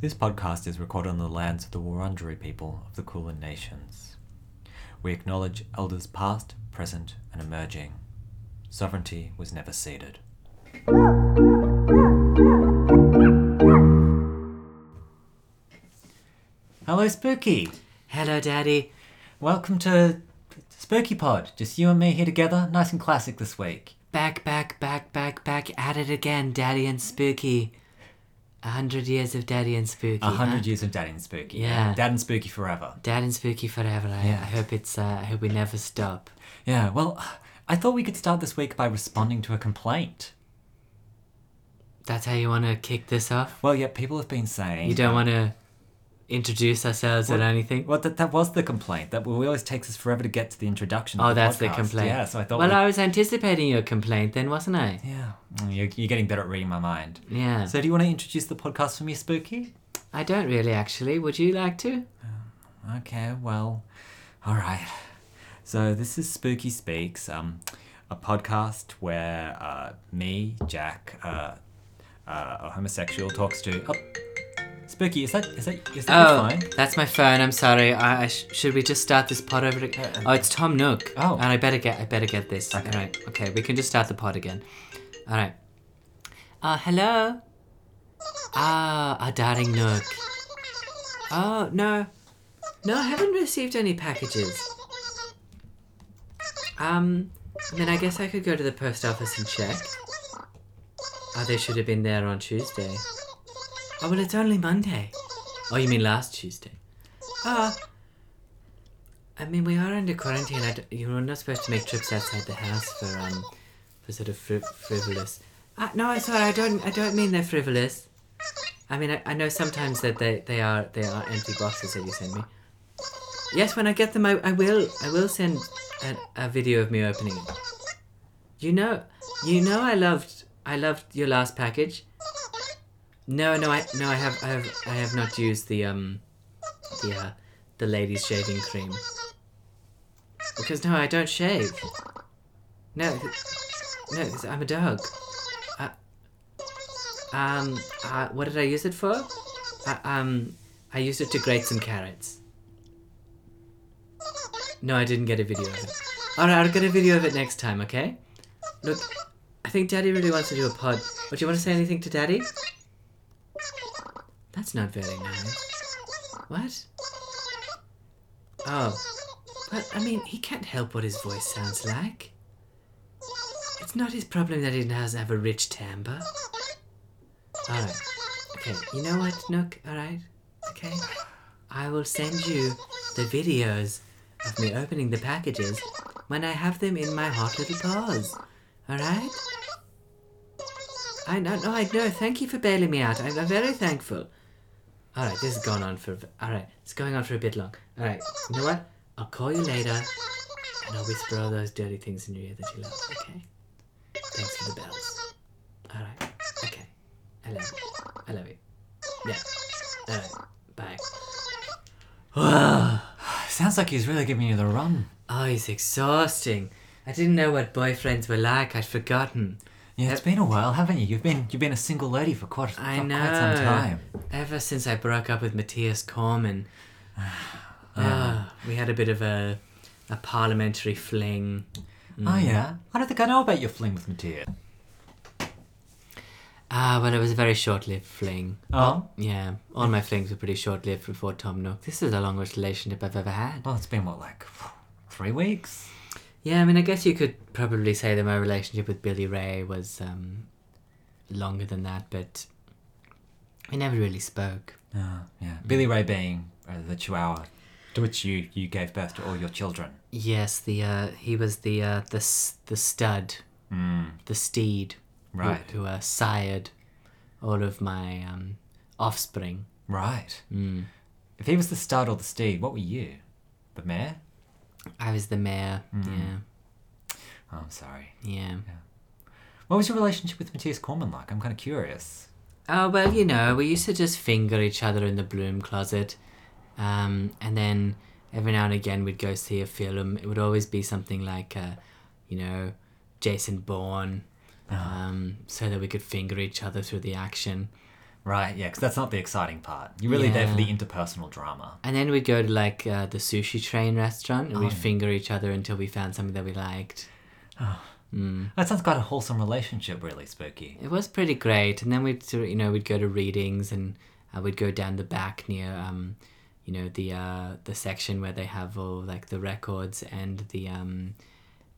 This podcast is recorded on the lands of the Wurundjeri people of the Kulin Nations. We acknowledge elders past, present, and emerging. Sovereignty was never ceded. Hello, Spooky! Hello, Daddy. Welcome to Spooky Pod. Just you and me here together, nice and classic this week. Back, back, back, back, back at it again, Daddy and Spooky. A hundred years of Daddy and Spooky. A hundred huh? years of Dad and Spooky. Yeah. Dad and Spooky forever. Dad and Spooky forever. I, I hope it's. Uh, I hope we never stop. Yeah, well, I thought we could start this week by responding to a complaint. That's how you want to kick this off. Well, yeah, people have been saying. You don't want to introduce ourselves or anything. Well, that, that was the complaint. That well, it always takes us forever to get to the introduction. of Oh, that's the podcast. complaint. Yeah, so I thought. Well, we- I was anticipating your complaint then, wasn't I? Yeah, Mm, you're, you're getting better at reading my mind. Yeah. So, do you want to introduce the podcast for me, Spooky? I don't really, actually. Would you like to? Okay, well, all right. So this is Spooky Speaks, um, a podcast where uh, me, Jack, uh, uh, a homosexual, talks to. Oh, Spooky, is that is that is that your Oh, phone? that's my phone. I'm sorry. I, I sh- should we just start this pod over again? Oh, it's Tom Nook. Uh, Oh. and I better get I better get this. Okay. All right. Okay, we can just start the pod again. All right. Uh, hello. Ah, our darling Nook. Oh no, no, I haven't received any packages. Um, then I guess I could go to the post office and check. Oh, they should have been there on Tuesday. Oh, well, it's only Monday. Oh, you mean last Tuesday? Ah. I mean, we are under quarantine. I d- you're not supposed to make trips outside the house for um, for sort of fri- frivolous. Uh, no, I sorry, I don't. I don't mean they're frivolous. I mean, I, I know sometimes that they, they are they are empty boxes that you send me. Yes, when I get them, I, I will I will send a, a video of me opening it. You know, you know, I loved I loved your last package. No, no, I no, I have, I have, I have not used the um, the uh, the ladies shaving cream. Because no, I don't shave. No, th- no, 'cause I'm a dog. I, um, uh, what did I use it for? I, um, I used it to grate some carrots. No, I didn't get a video of it. All right, I'll get a video of it next time. Okay. Look, I think Daddy really wants to do a pod. But do you want to say anything to Daddy? That's not very nice. What? Oh. But, I mean, he can't help what his voice sounds like. It's not his problem that he doesn't have a rich timbre. Alright. Okay, you know what, Nook? Alright? Okay? I will send you the videos of me opening the packages when I have them in my hot little paws. Alright? I know, no, I know. Thank you for bailing me out. I'm, I'm very thankful. All right, this has gone on for. All right, it's going on for a bit long. All right, you know what? I'll call you later, and I'll whisper all those dirty things in your ear that you love. Okay. Thanks for the bells. All right. Okay. I love you. I love you. Yeah. All right. Bye. Sounds like he's really giving you the run. Oh, it's exhausting. I didn't know what boyfriends were like. I'd forgotten. Yeah, it's been a while, haven't you? You've been you've been a single lady for quite for I quite know. some time. Ever since I broke up with Matthias Corman, Ah, we had a bit of a a parliamentary fling. Mm. Oh yeah, I don't think I know about your fling with Matthias. Ah, well, it was a very short-lived fling. Oh, Yeah, all my flings were pretty short-lived before Tom Nook. This is the longest relationship I've ever had. well, it's been what like three weeks. Yeah, I mean, I guess you could probably say that my relationship with Billy Ray was um, longer than that, but we never really spoke. Uh, yeah, Mm. Billy Ray being uh, the Chihuahua, to which you you gave birth to all your children. Yes, the uh, he was the uh, the s- the stud, Mm, the steed, who- Right. Who, uh, sired all of my um, offspring. right. Mm. If he was the stud or the steed, what were you? The mare? I was the mare. Mm. Oh, I'm sorry. Yeah, yeah. What was your relationship with Matthias Corman like? I'm kind of curious. Oh well, you know, we used to just finger each other in the bloom closet, um, and then every now and again we'd go see a film. It would always be something like, uh, you know, Uh-huh. Jason Bourne, um, so that we could finger each other through the action. Right, yeah, because that's not the exciting part. You're really there for the Yeah. interpersonal drama. And then we'd go to like uh, the sushi train restaurant and Oh, we'd yeah. finger each other until we found something that we liked. Mm. That sounds quite a wholesome relationship, really, Spooky. It was pretty great. And then we'd sort of- you know we'd go to readings and uh, we'd go down the back near um, you know the uh, the section where they have all like the records and the um,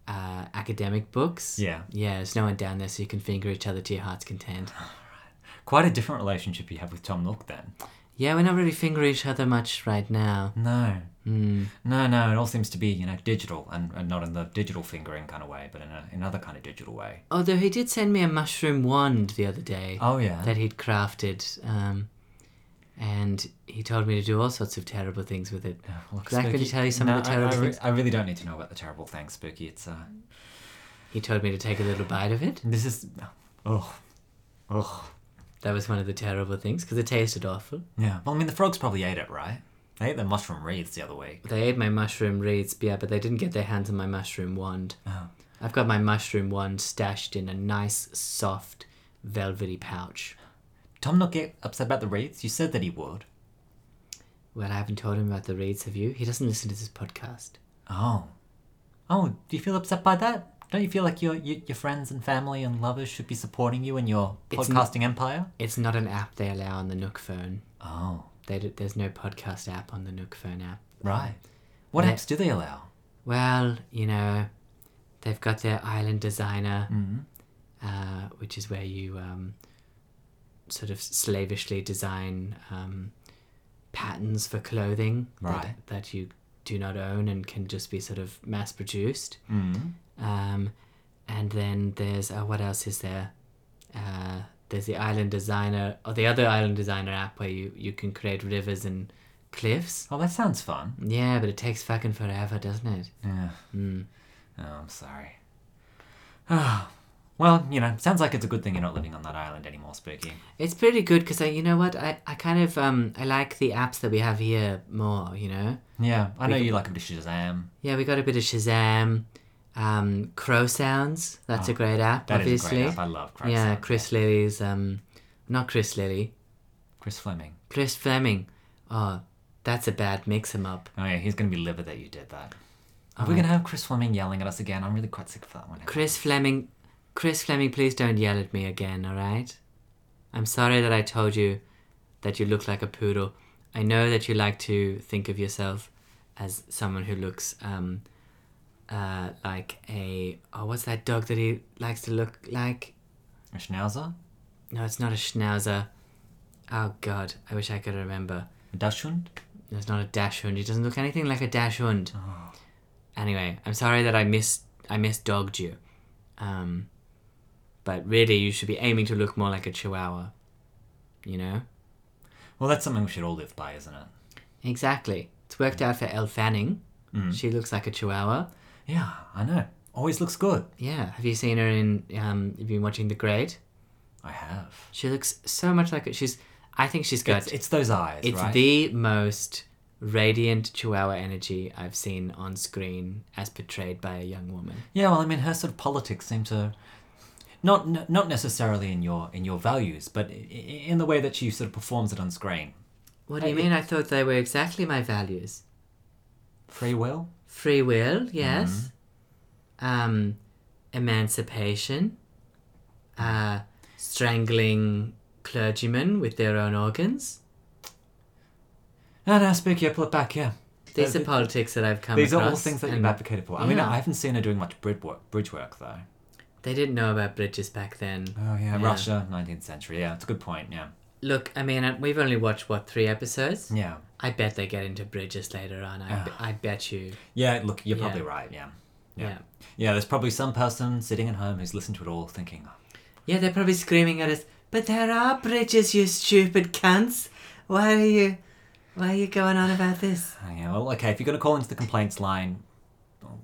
uh, academic books. Yeah. Yeah, there's no one down there, so you can finger each other to your heart's content. Quite a different relationship you have with Tom Nook then. Yeah, we're not really fingering each other much right now. No. Hmm. No, no, it all seems to be, you know, digital and, and not in the digital fingering kind of way, but in a, another kind of digital way. Although he did send me a mushroom wand the other day. Oh, yeah. that he'd crafted, um, and he told me to do all sorts of terrible things with it. oh, Look, Zach, could you tell you some of the I- terrible I, re- things? I really don't need to know about the terrible things, Spooky. It's, uh, He told me to take a little bite of it. this is, oh, oh. That was one of the terrible things because it tasted awful. Yeah. Well, I mean, the frogs probably ate it, right? They ate the mushroom wreaths the other week. They ate my mushroom reeds, yeah, but they didn't get their hands on my mushroom wand. Oh. I've got my mushroom wand stashed in a nice, soft, velvety pouch. Tom not get upset about the wreaths? You said that he would. Well, I haven't told him about the reeds, have you? He doesn't listen to this podcast. Oh. Oh, do you feel upset by that? Don't you feel like your your, your friends and family and lovers should be supporting you in your It's podcasting empire? It's not an app they allow on the Nook phone. Oh, They d- there's no podcast app on the Nook phone app. right. What Yeah. apps do they allow? Well, you know, they've got their island designer, Mm. uh, which is where you um, sort of slavishly design um, patterns for clothing Right. that, that you do not own and can just be sort of mass produced. Mm. Um, and then there's uh, what else is there? Uh, there's the island designer or the other island designer app where you, you can create rivers and cliffs. Oh, that sounds fun. Yeah, but it takes fucking forever, doesn't it? Yeah. Mm. Oh, I'm sorry. Ah. well, you know, sounds like it's a good thing you're not living on that island anymore, Spooky. It's pretty good because I, you know what, I, I kind of um I like the apps that we have here more. You know, Yeah, I We know can- you like a bit of Shazam. yeah, we got a bit of Shazam, um, Crow Sounds. That's Oh, a great app, That is a obviously. great app. I love Chris. yeah, Chris Lilly's um, not Chris Lilly, Chris Fleming. Chris Fleming. Oh, that's a bad mix 'em up. Oh yeah, he's gonna be livid that you did that. Are Oh. we gonna have Chris Fleming yelling at us again? I'm really quite sick of that one. Chris Fleming, Chris Fleming, please don't yell at me again. All right, I'm sorry that I told you that you look like a poodle. I know that you like to think of yourself as someone who looks um, uh, like a oh, what's that dog that he likes to look like? A Schnauzer? No, it's not a schnauzer. Oh God, I wish I could remember. A Dachshund? It's not a dachshund. He doesn't look anything like a dachshund. Ah. Anyway, I'm sorry that I miss I misdogged you. Um, but really, you should be aiming to look more like a chihuahua. You know Well, that's something we should all live by, isn't it? exactly. It's worked out for Elle Fanning. Mm. She looks like a chihuahua. Yeah, I know. Always looks good. Yeah. Have you seen her in? Um, have you been watching The Great? I have. She looks so much like it. She's. I think she's got. It's, it's those eyes, It's right? the most radiant chihuahua energy I've seen on screen as portrayed by a young woman. Yeah, well, I mean, her sort of politics seem to, not n- not necessarily in your in your values, but i- i- in the way that she sort of performs it on screen. What do you mean? I thought they were exactly my values. Free will. Free will, yes. Mm-hmm. Um, emancipation. Uh, strangling clergymen with their own organs. No, no, Spooky, I pull it back. Yeah, These Uh, are politics that I've come these are across. all things that you've and advocated for. I mean, Yeah. I haven't seen her doing much bridge work, bridge work though. They didn't know about bridges back then. Oh yeah, Yeah. Russia, nineteenth century. Yeah, it's a good point. Yeah, Look, I mean, uh, we've only watched, what, three episodes? yeah, I bet they get into bridges later on. Ah. I, be- I bet you. yeah. Look, you're Yeah. probably right. Yeah. Yeah. Yeah. yeah. yeah, There's probably some person sitting at home who's listened to it all, thinking, "Oh, they're probably screaming at us, but there are bridges, you stupid cunts. Why are you. Why are you going on about this? Oh, Yeah, well, okay, if you're going to call into the complaints line,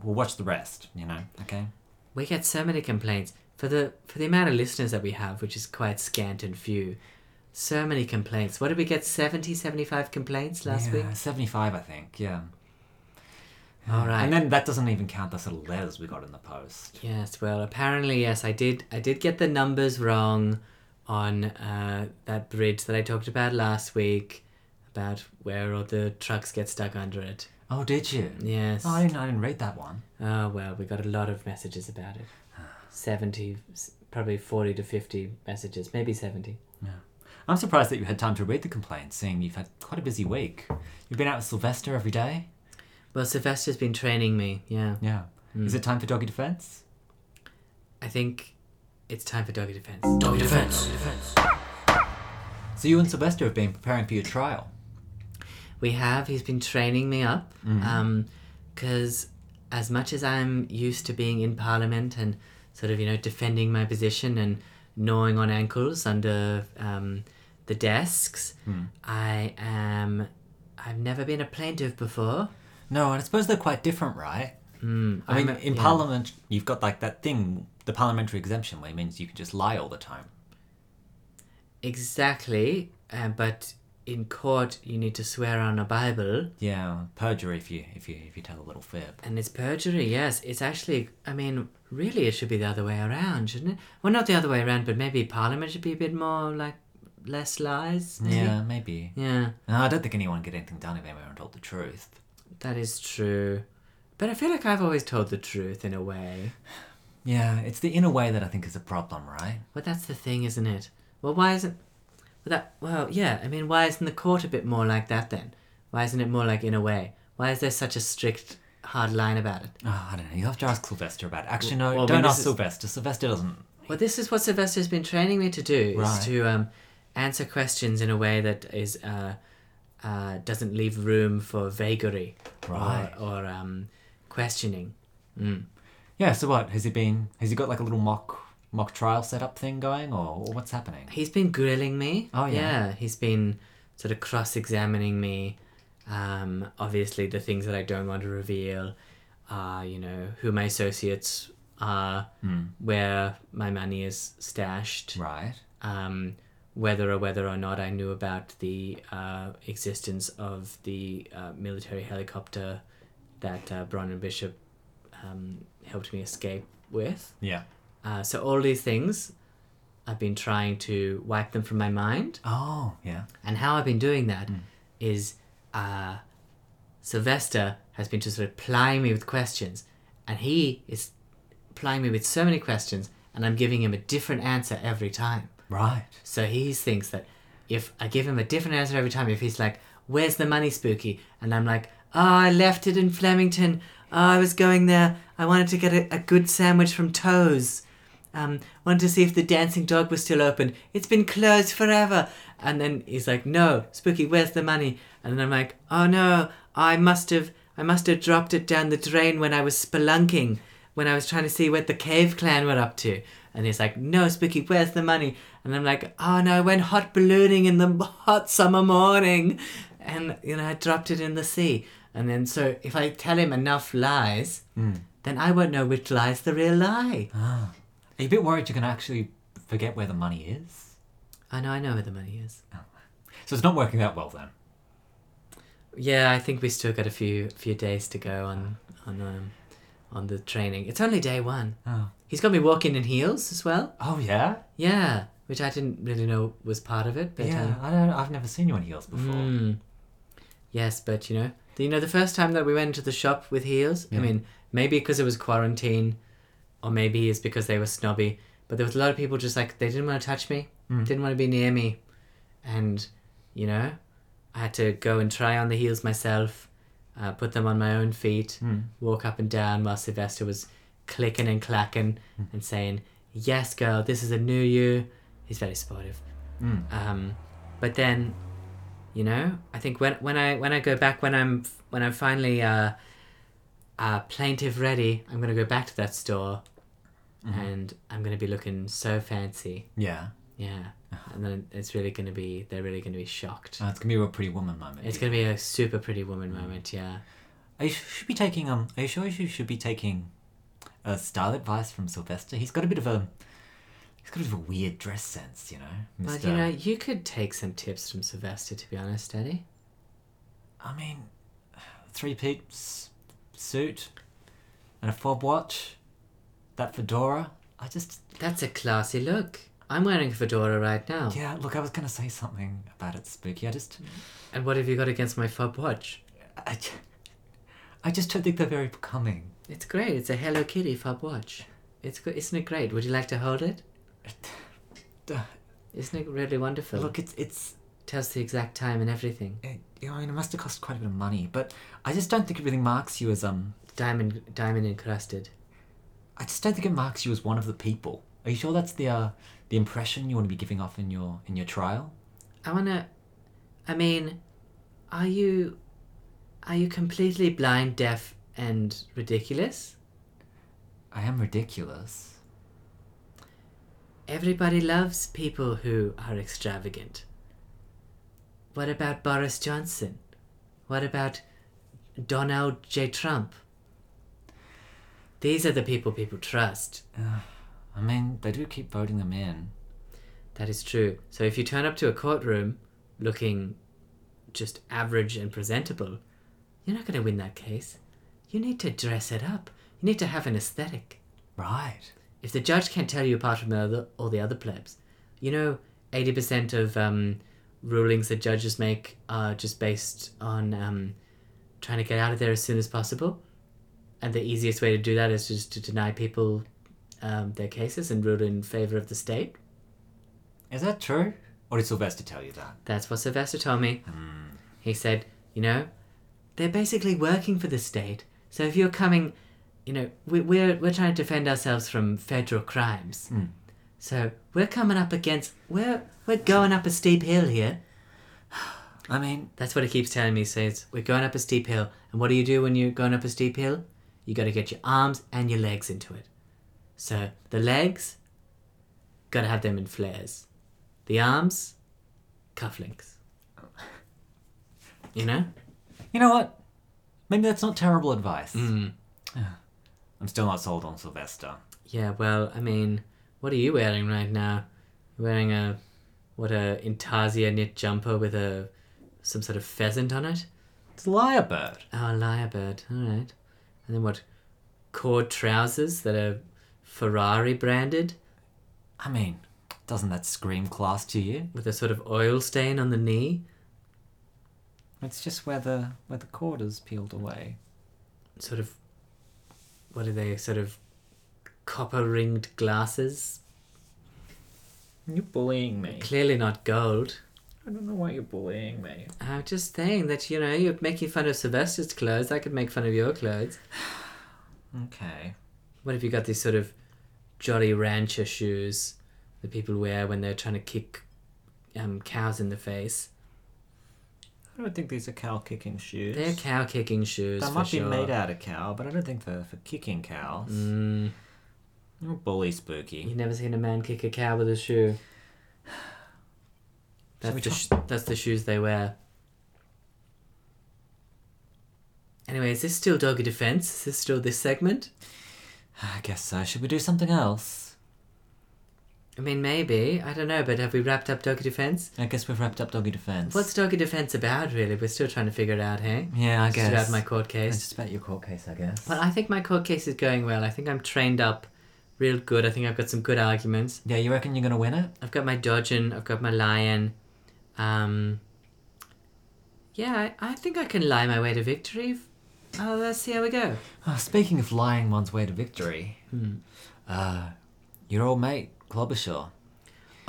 we'll watch the rest, you know, okay? We get so many complaints for the for the amount of listeners that we have, which is quite scant and few. So many complaints. What did we get? 70, 75 complaints last yeah, week. 75, I think, yeah. All right. And then that doesn't even count the sort of letters we got in the post. yes. Well, apparently, yes. I did. I did get the numbers wrong on uh, that bridge that I talked about last week about where all the trucks get stuck under it. Oh, did you? Yes. Oh, I didn't, I didn't read that one. Oh, well, we got a lot of messages about it. 70, s- probably 40 to 50 messages, maybe 70. I'm surprised that you had time to read the complaint, seeing you've had quite a busy week. You've been out with Sylvester every day? Well, Sylvester's been training me, yeah. Yeah. Hmm. Is it time for doggy defense? I think it's time for doggy defense. Doggy defense. So you and Sylvester have been preparing for your trial. We have. He's been training me up. Mm-hmm. Because as much as I'm used to being in Parliament and sort of, you know, defending my position and gnawing on ankles under um, the desks, Hmm. I am. I've never been a plaintiff before. No, and I suppose they're quite different, right? Mm, I mean, I'm a- in yeah. Parliament, you've got like that thing, the parliamentary exemption, where it means you can just lie all the time. Exactly. Uh, but in court, you need to swear on a Bible. Yeah, perjury if you if you if you tell a little fib. And it's perjury, yes. It's actually, I mean, really, it should be the other way around, shouldn't it? Well, not the other way around, but maybe Parliament should be a bit more like less lies. maybe? Yeah, maybe. Yeah, No, I don't think anyone get anything done if anyone told the truth. that is true. But I feel like I've always told the truth in a way. Yeah, it's the inner way that I think is a problem, right? But that's the thing, isn't it? Well, why isn't. Well, that, well, yeah, I mean, why isn't the court a bit more like that then? Why isn't it more like in a way? Why is there such a strict, hard line about it? Oh, I don't know. You'll have to ask Sylvester about it. Actually, no, Well, I mean, don't this ask is- Sylvester. Sylvester doesn't. Well, this is what Sylvester's been training me to do: Right. is to um, answer questions in a way that is uh, uh, doesn't leave room for vagary Right. or, or um, questioning. Mm. Yeah. So what has he been? Has he got like a little mock mock trial setup thing going, or, or what's happening? He's been grilling me. Oh, yeah. he's been sort of cross-examining me. Um, obviously, the things that I don't want to reveal are, you know, who my associates are, where my money is stashed. Hmm. Right. um, whether or whether or not I knew about the uh, existence of the uh, military helicopter that uh, Bronwyn Bishop um, helped me escape with. Yeah. Uh, so all these things, I've been trying to wipe them from my mind, Oh, yeah. and how I've been doing that is uh, Sylvester has been just sort of plying me with questions, and he is plying me with so many questions, and I'm giving him a different answer every time. Right. So he thinks that if I give him a different answer every time, if he's like, Where's the money, Spooky? And I'm like, Oh, I left it in Flemington. Oh, I was going there. I wanted to get a, a good sandwich from Toes. Um, wanted to see if the dancing dog was still open. It's been closed forever. And then he's like, No, Spooky, where's the money? And then I'm like, Oh no, I must have I must have dropped it down the drain when I was spelunking when I was trying to see what the cave clan were up to. And he's like, No, Spooky, where's the money? And I'm like, Oh no, I went hot ballooning in the hot summer morning. And, you know, I dropped it in the sea. And then, so if I tell him enough lies, then I won't know which lie's the real lie. Ah. Are you a bit worried you're gonna actually forget where the money is? I know, I know where the money is. So it's not working that well then. Yeah, I think we still got a few few days to go on on um, on the training. It's only day one. Oh. He's got me walking in heels as well. Oh yeah. Yeah, which I didn't really know was part of it. But yeah. um, I don't. I've never seen you in heels before. Mm. Yes, but you know, you know, the first time that we went to the shop with heels, I mean, maybe because it was quarantine, or maybe it's because they were snobby. But there was a lot of people just like they didn't want to touch me, didn't want to be near me, and you know, I had to go and try on the heels myself, uh, put them on my own feet, walk up and down while Sylvester was clicking and clacking and saying, "Yes, girl, this is a new you." He's very supportive. Um, but then you know i think when when i when i go back when i'm when i'm finally uh uh plaintive ready i'm gonna go back to that store and i'm gonna be looking so fancy Yeah. yeah and then it's really gonna be they're really gonna be shocked Uh, it's gonna be a real pretty woman moment. it's gonna be a super pretty woman moment yeah Are you sh- should be taking um. Are you sure you should be taking, uh, style advice from Sylvester? He's got a bit of a, he's got a bit of a weird dress sense, you know, but Mister. you know you could take some tips from sylvester to be honest eddie I mean, three peeps suit, and a fob watch, that fedora. I just that's a classy look I'm wearing a fedora right now. Yeah, look, I was gonna say something about it spooky. I just, And what have you got against my fob watch? I, ju- I just don't think they're very becoming. It's great. It's a Hello Kitty fob watch. It's good. Isn't it great? Would you like to hold it? Duh. Isn't it really wonderful? Look, it's it's. tells the exact time and everything. It, you know, I mean, it must have cost quite a bit of money, but I just don't think it really marks you as um. Diamond, diamond encrusted. I just don't think it marks you as one of the people. Are you sure that's the uh, the impression you want to be giving off in your in your trial? I wanna. I mean, are you, are you completely blind, deaf, and ridiculous? I am ridiculous. Everybody loves people who are extravagant. What about Boris Johnson? What about Donald J. Trump? These are the people people trust. I mean, they do keep voting them in. That is true. So if you turn up to a courtroom looking just average and presentable, you're not going to win that case. You need to dress it up. You need to have an aesthetic. Right. If the judge can't tell you apart from the other, all the other plebs, you know, 80% of um, rulings that judges make are just based on um, trying to get out of there as soon as possible. And the easiest way to do that is just to deny people um, their cases and rule in favor of the state. Is that true? Or did Sylvester tell you that? That's what Sylvester told me. He said, you know, they're basically working for the state. So if you're coming, you know, we, we're we're trying to defend ourselves from federal crimes. So we're coming up against we're we're going up a steep hill here. I mean, That's what he keeps telling me. He says we're going up a steep hill, and what do you do when you're going up a steep hill? You got to get your arms and your legs into it. So the legs, gotta have them in flares. The arms, cufflinks. You know. you know what? Maybe that's not terrible advice. Hmm. Ugh. I'm still not sold on Sylvester. Yeah, well, I mean, what are you wearing right now? You're wearing a what a intarsia knit jumper with a some sort of pheasant on it. It's Lyrebird. Oh, a lyrebird. All right. And then what? Cord trousers that are Ferrari branded I mean, doesn't that scream class to you? with a sort of oil stain on the knee. It's just where the where the cord is peeled away. Sort of. What are they? Sort of copper ringed glasses. You're bullying me. Clearly not gold. I don't know why you're bullying me. I'm just saying that you know you're making fun of Sylvester's clothes. I could make fun of your clothes. Okay. What if you got these sort of jolly rancher shoes that people wear when they're trying to kick um, cows in the face? I don't think these are cow kicking shoes. They're cow kicking shoes. They for might sure. be made out of cow, but I don't think they're for kicking cows. Mm, You're a bully spooky. you never seen a man kick a cow with a shoe. we That's the, talk- sh- that's the shoes they wear. Anyway, is this still doggy defense? Is this still this segment? I guess so. Should we do something else? I mean, maybe. I don't know, but have we wrapped up doggy defense? I guess we've wrapped up doggy defense. What's doggy defense about, really? We're still trying to figure it out, hey? Yeah, I Just guess. about my court It's case. just about your court case, I guess. Well, I think my court case is going well. I think I'm trained up real good. I think I've got some good arguments. yeah, you reckon you're gonna win it? I've got my dodging, I've got my lying. Um, yeah, I, I think I can lie my way to victory. Oh, let's see how we go. Oh, speaking of lying one's way to victory, Hmm. uh, your old mate Klobuchar.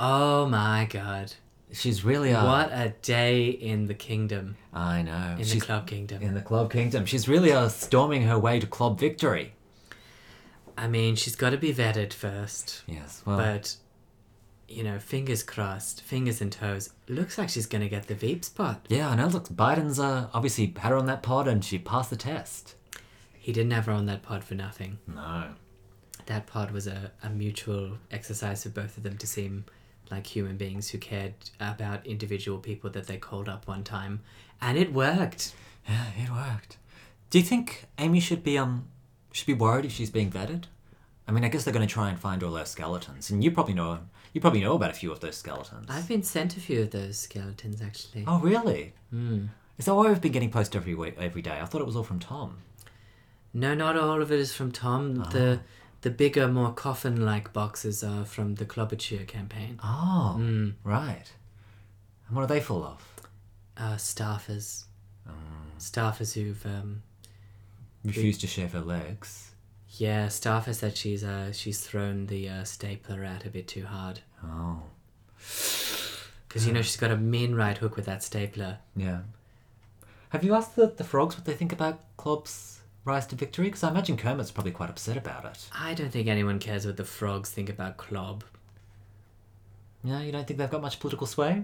Oh my god. She's really a. What a day in the kingdom, I know. in she's the club kingdom. in the club kingdom. She's really uh, storming her way to club victory. I mean, she's got to be vetted first, Yes. Well. but you know, fingers crossed, fingers and toes. Looks like she's going to get the Veep spot. yeah, I know. Look, Biden's uh, obviously had her on that pod, and she passed the test. He didn't have her on that pod for nothing. No. that part was a, a mutual exercise for both of them to seem like human beings who cared about individual people that they called up one time and it worked Yeah, it worked. Do you think Amy should be um should be worried if she's being vetted? I mean, I guess they're going to try and find all those skeletons, and you probably know you probably know about a few of those skeletons. i've been sent a few of those skeletons actually Oh, really? Is that why we've been getting posts every week, every day? I thought it was all from Tom. no not all of it is from tom the The bigger, more coffin like boxes are from the Klobuchar campaign. Oh, Mm, right. And what do they fall off? uh, staffers. Staffers who've. Um, Refuse to shave her legs. yeah, staffers said she's uh, she's thrown the uh, stapler out a bit too hard. Oh, Because, you know, she's got a mean right hook with that stapler. yeah. Have you asked the, the frogs what they think about Clob's rise to victory? Because I imagine Kermit's probably quite upset about it. I don't think anyone cares what the frogs think about Clob. No, you don't think they've got much political sway?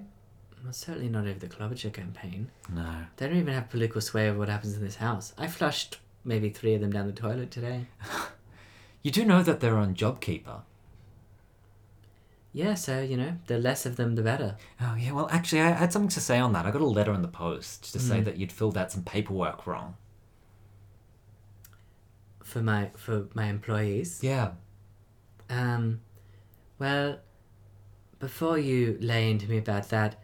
Well, certainly not over the Klobuchar campaign. No. They don't even have political sway over what happens in this house. I flushed maybe three of them down the toilet today. You do know that they're on JobKeeper. Yeah, so, you know, the less of them, the better. Oh, yeah, well, actually, I had something to say on that. I got a letter in the post to say that you'd filled out some paperwork wrong. For my for my employees. Yeah. Um, well, before you lay into me about that,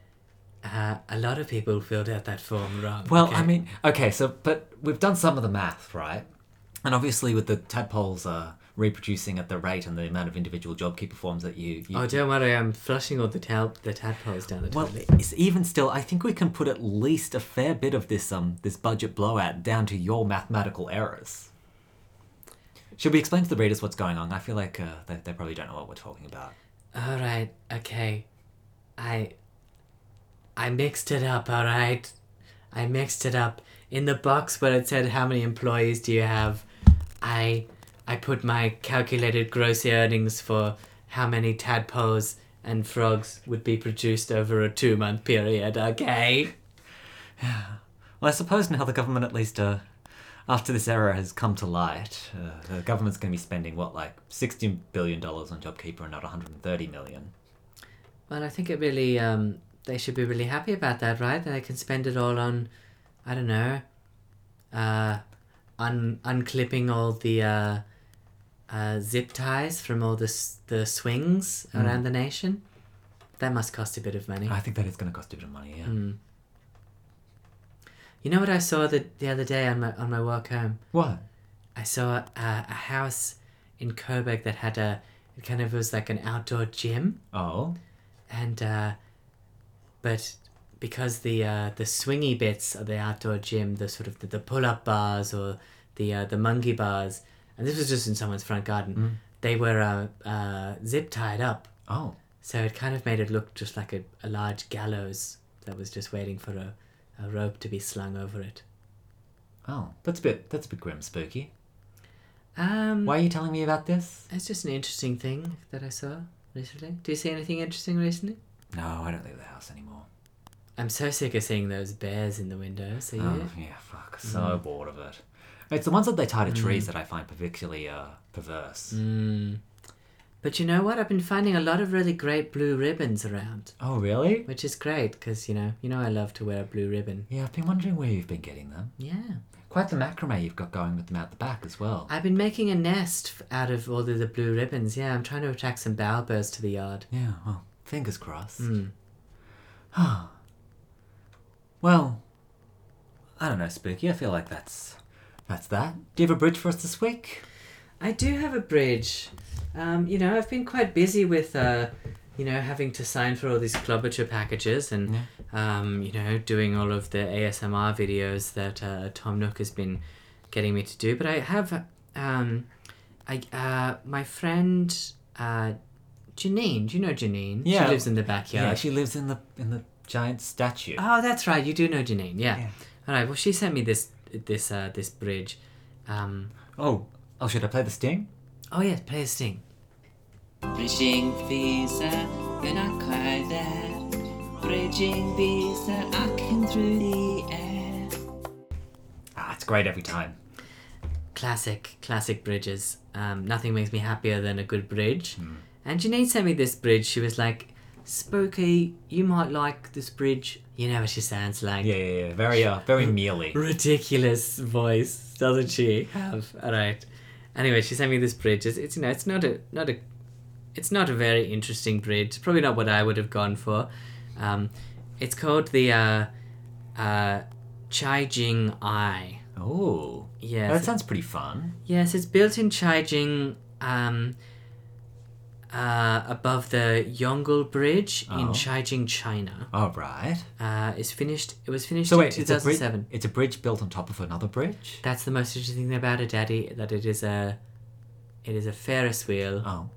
uh, a lot of people filled out that form wrong. Well, okay? I mean, okay, so but we've done some of the math, right? And obviously, with the tadpoles uh, reproducing at the rate and the amount of individual JobKeeper forms that you, you Oh, don't worry, I'm flushing all the tal- the tadpoles down the well, toilet. it's even still, I think we can put at least a fair bit of this um this budget blowout down to your mathematical errors. Should we explain to the readers what's going on? I feel like uh, they, they probably don't know what we're talking about. All right, okay. I I mixed it up, all right. I mixed it up. In the box where it said how many employees do you have, I I put my calculated gross earnings for how many tadpoles and frogs would be produced over a 2-month period, okay? Well, I suppose now the government, at least uh, after this error has come to light, uh, the government's going to be spending what, like sixty billion dollars on JobKeeper and not one hundred and thirty million. Well, I think it really um they should be really happy about that, right? That they can spend it all on, I don't know, uh, un unclipping all the uh, uh, zip ties from all the s- the swings around the nation. That must cost a bit of money. I think that is going to cost a bit of money. Mm. Yeah. You know what I saw the the other day on my on my walk home? What? I saw uh, a house in Coburg that had a it kind of was like an outdoor gym. Oh, and uh, but because the uh, the swingy bits of the outdoor gym, the sort of the, the pull up bars or the uh, the monkey bars, and this was just in someone's front garden, they were uh, uh, zip tied up, oh, so it kind of made it look just like a, a large gallows that was just waiting for a, a rope to be slung over it. oh. That's a bit. That's a bit grim, spooky. Um, Why are you telling me about this? It's just an interesting thing that I saw recently. Do you see anything interesting recently? No, I don't leave the house anymore. I'm so sick of seeing those bears in the windows. Are you? Mm. Oh, yeah, fuck. So bored of it. It's the ones that they tie to trees that I find particularly uh, perverse. Mm. But you know what? I've been finding a lot of really great blue ribbons around, Oh, really? which is great because you know, you know, I love to wear a blue ribbon. Yeah, I've been wondering where you've been getting them. Yeah, Quite the macrame you've got going with them out the back as well. I've been making a nest f- out of all of the blue ribbons. Yeah, I'm trying to attract some bowerbirds to the yard. Yeah, well, fingers crossed. Mm. Well, I don't know, Spooky. I feel like that's that's that. Do you have a bridge for us this week? I do have a bridge. Um, you know, I've been quite busy with, uh, you know, having to sign for all these Klobuchar packages and, Yeah. um, you know, doing all of the ASMR videos that uh, Tom Nook has been getting me to do. But I have, um, I, uh, my friend uh, Janine, do you know Janine? Yeah. She lives in the backyard. she lives in the in the giant statue. Oh, that's right. You do know Janine, yeah. Yeah. All right. Well, she sent me this this uh, this bridge. Um, oh, oh, should I play the sting? Oh yes, play a sting. Bridging visa, you're not quite there. Bridging visa, I came through the air. Ah, it's great every time. Classic, classic bridges. Um, nothing makes me happier than a good bridge. And Janine sent me this bridge. She was like, "Spooky, you might like this bridge." You know what she sounds like. Yeah, yeah, yeah. Very, uh, very mealy. ridiculous voice, doesn't she have? All right. Anyway, she sent me this bridge. It's, it's you know, it's not a not a, it's not a very interesting bridge. Probably not what I would have gone for. Um, it's called the uh, uh, Chai Jing Eye. Oh, Yes, that sounds pretty fun. yes, it's built in Chai Jing um, uh, above the Yongle Bridge in Oh. Chijing, China. All right. Uh, it's finished. It was finished So in wait, it's a bridge. 2007. It's a bridge built on top of another bridge. That's the most interesting thing about it, Daddy. That it is a, it is a Ferris wheel Oh.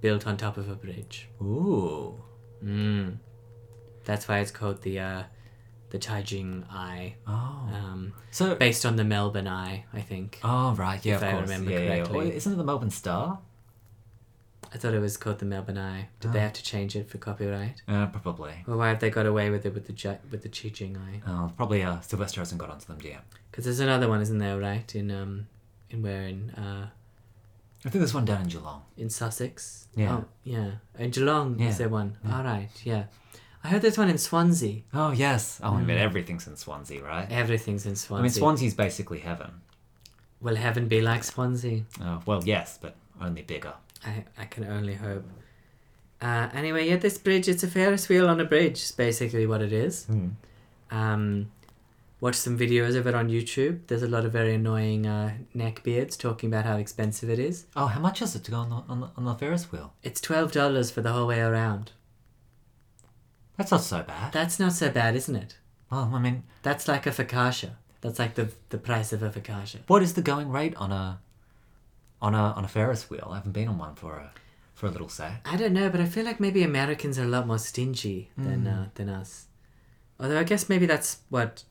built on top of a bridge. Ooh. Mm. That's why it's called the, uh, the Chijing Eye, Oh. um, So. based on the Melbourne Eye, I think. Oh right. Yeah. If of I course. remember yeah, yeah, yeah. correctly. Well, isn't it the Melbourne Star? I thought it was called the Melbourne Eye. Did they Oh. have to change it for copyright? Uh, probably. Well, why have they got away with it with the ju- with the Chijing Eye? Oh, probably. Uh, Sylvester hasn't got onto them yet. Because there's another one, isn't there? Right in um, in where in uh, I think there's one down in Geelong. in Sussex. Yeah. Oh, yeah. In Geelong Yeah. is there one? All right. Yeah. I heard there's one in Swansea. Oh yes. Oh, I mean everything's in Swansea, right? Everything's in Hmm. Swansea. I mean Swansea's basically heaven. Will heaven be like Swansea? Uh, well, yes, but only bigger. I, I can only hope. Uh, anyway, yeah, this bridge, it's a Ferris wheel on a bridge, is basically what it is. Um, watch some videos of it on YouTube. There's a lot of very annoying uh, neckbeards talking about how expensive it is. Oh, how much is it to go on the, on the, on the Ferris wheel? It's $12 for the whole way around. That's not so bad. That's not so bad, isn't it? Well, I mean, That's like a focaccia. That's like the, the price of a focaccia. what is the going rate on a on a on a Ferris wheel? I haven't been on one for a for a little set. I don't know, but I feel like maybe Americans are a lot more stingy than uh, than us. Although I guess maybe that's what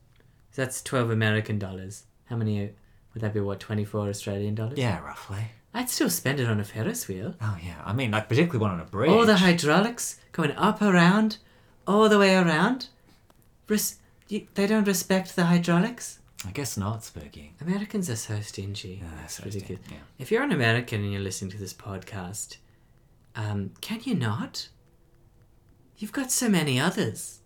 that's twelve American dollars. How many would that be? What twenty four Australian dollars? Yeah, roughly. I'd still spend it on a Ferris wheel. Oh yeah. I mean, like particularly one on a bridge. All Oh, the hydraulics going up around, all the way around. Res- you, they don't respect the hydraulics. I guess not, Spooky. Americans are so stingy. that's so ridiculous. stingy, yeah. If you're an American and you're listening to this podcast, um, can you not? You've got so many others.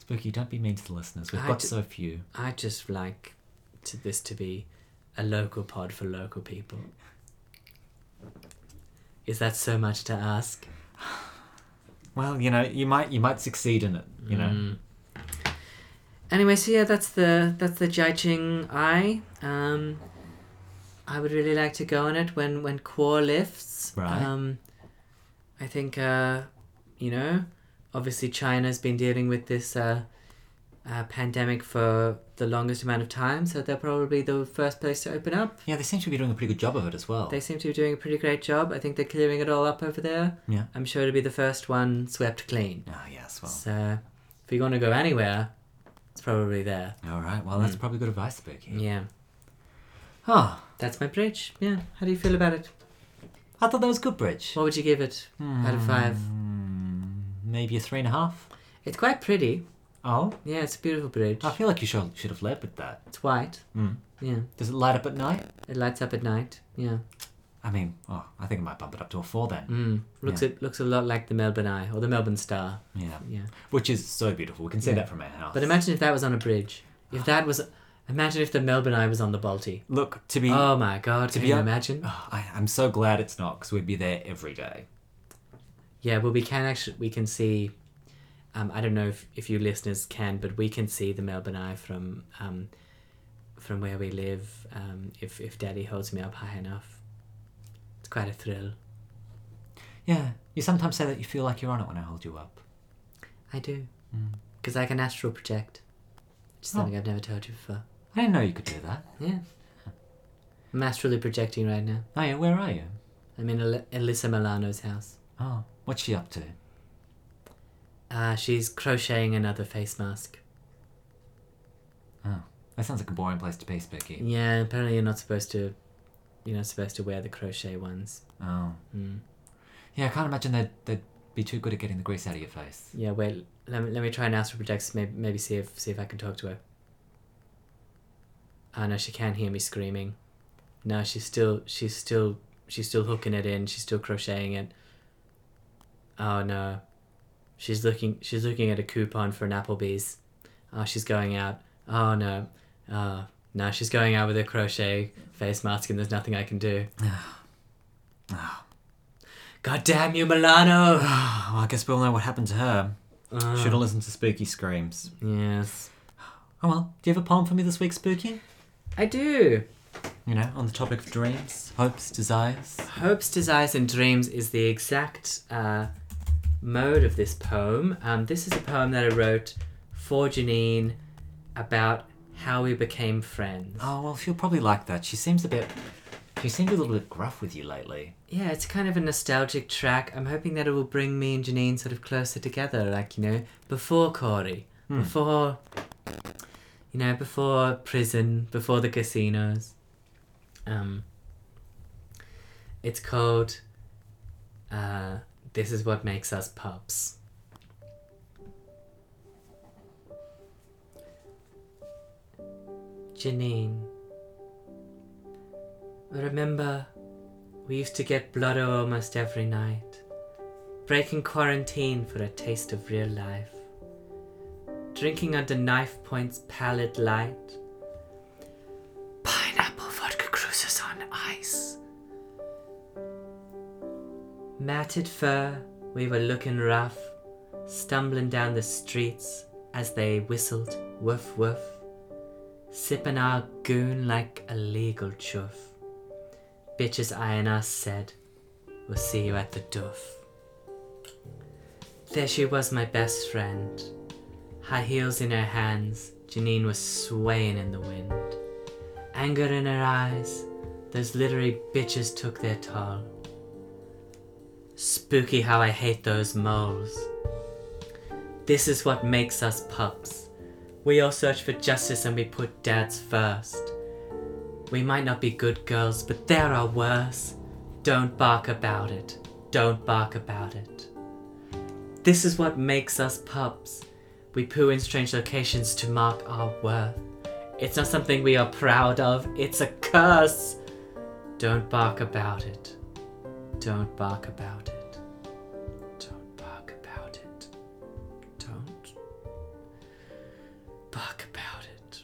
Spooky, don't be mean to the listeners. We've I got d- so few. I just like to this to be a local pod for local people. Is that so much to ask? Well, you know, you might you might succeed in it. You know. Mm. Anyway, so yeah, that's the that's the Jiaqing Eye. Um, I would really like to go on it when when Quor lifts. Right. Um, I think uh, you know, obviously China's been dealing with this uh, uh, pandemic for the longest amount of time, so they're probably the first place to open up. Yeah, they seem to be doing a pretty good job of it as well. They seem to be doing a pretty great job. I think they're clearing it all up over there. Yeah. I'm sure it'll be the first one swept clean. Oh yes, well. So if you're going to go anywhere, it's probably there. All right. Well, that's probably good advice, Spooky. Mm. Yeah. Huh. That's my bridge. Yeah. How do you feel about it? I thought that was good bridge. Hmm, What would you give it out of five? Maybe a three and a half. It's quite pretty. Oh, Yeah, it's a beautiful bridge. I feel like you should should have led with that. It's white. Mm. Yeah. Does it light up at night? It lights up at night. Yeah. I mean, oh, I think I might bump it up to a four then. Mm. Looks it looks a lot like the Melbourne Eye or the Melbourne Star. Yeah, Yeah. which is so beautiful. We can see Yeah. that from our house. But imagine if that was on a bridge. If that was imagine if the Melbourne Eye was on the Balti. look to be. Oh my god, can be you hon- imagine? Oh, I, I'm so glad it's not because we'd be there every day. Yeah, well, we can actually we can see. Um, I don't know if, if you listeners can, but we can see the Melbourne Eye from um, from where we live. Um, if if Daddy holds me up high enough, it's quite a thrill. Yeah, you sometimes say that you feel like you're on it when I hold you up. I do, because I can astral project, which is Oh. something I've never told you before. I didn't know you could do that. Yeah, I'm astrally projecting right now. Oh yeah, where are you? I'm in El- Elisa Milano's house. Oh, what's she up to? Uh, she's crocheting another face mask. Oh, that sounds like a boring place to be, Spooky. Yeah, apparently you're not supposed to, you're not supposed to wear the crochet ones. Oh. Mm. Yeah, I can't imagine they'd, they'd be too good at getting the grease out of your face. Yeah, wait. Let me, let me try and astral project. Maybe, maybe see if see if I can talk to her. Ah no, she can't hear me screaming. No, she's still she's still she's still hooking it in. She's still crocheting it. Oh no, she's looking she's looking at a coupon for an Applebee's. Oh, she's going out. Oh no, oh no, she's going out with a crochet face mask, and there's nothing I can do. God damn you, Milano! Oh, well, I guess we all know what happened to her. Should have listened to Spooky screams. Ah, Yes. Oh well, do you have a poem for me this week, Spooky? I do. you know, on the topic of dreams, hopes, desires. Hopes, Desires, and Dreams is the exact uh, mode of this poem. Um, this is a poem that I wrote for Janine about how we became friends. Oh, well, she'll probably like that. She seems a bit. She seemed a little bit gruff with you lately. Yeah, it's kind of a nostalgic track. I'm hoping that it will bring me and Janine sort of closer together, like, you know, before Corey, before, you know, before prison, before the casinos. Um, it's called uh, This Is What Makes Us Pups. Janine, remember we used to get blotto almost every night, breaking quarantine for a taste of real life, drinking under knife point's pallid light, pineapple vodka cruises on ice. Matted fur, we were looking rough, stumbling down the streets as they whistled woof woof, sipping our goon like a legal chuff. Bitches eyeing us said, We'll see you at the doof. There she was, my best friend. High heels in her hands, Janine was swaying in the wind. Anger in her eyes, those literary bitches took their toll. Spooky how I hate those moles. This is what makes us pups. We all search for justice and we put dads first. We might not be good girls, but there are worse. Don't bark about it. Don't bark about it. This is what makes us pups. We poo in strange locations to mark our worth. It's not something we are proud of, it's a curse. Don't bark about it. Don't bark about it. Don't bark about it. Don't bark about it.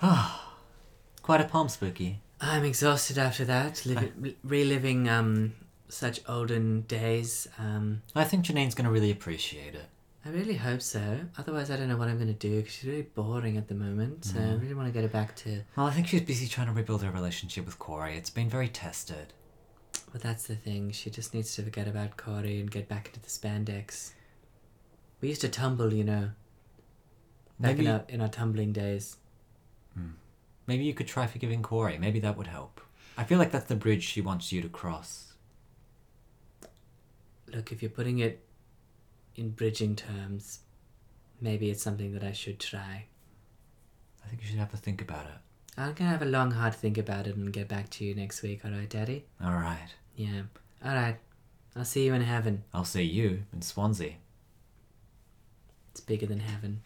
Quite a palm spooky. I'm exhausted after that, livi- re- reliving um, such olden days. Um, I think Janine's going to really appreciate it. I really hope so. Otherwise, I don't know what I'm going to do because she's really boring at the moment. So I really want to get her back to. Well, I think she's busy trying to rebuild her relationship with Corey. It's been very tested. Well, that's the thing. She just needs to forget about Corey and get back into the spandex. We used to tumble, you know, back in Maybe, our, in our tumbling days. maybe you could try forgiving Corey. Maybe that would help. I feel like that's the bridge she wants you to cross. Look, if you're putting it in bridging terms, maybe it's something that I should try. I think you should have to think about it. I'm gonna have a long, hard think about it and get back to you next week, alright, Daddy? All right. Yeah. Alright. I'll see you in heaven. I'll see you in Swansea. It's bigger than heaven.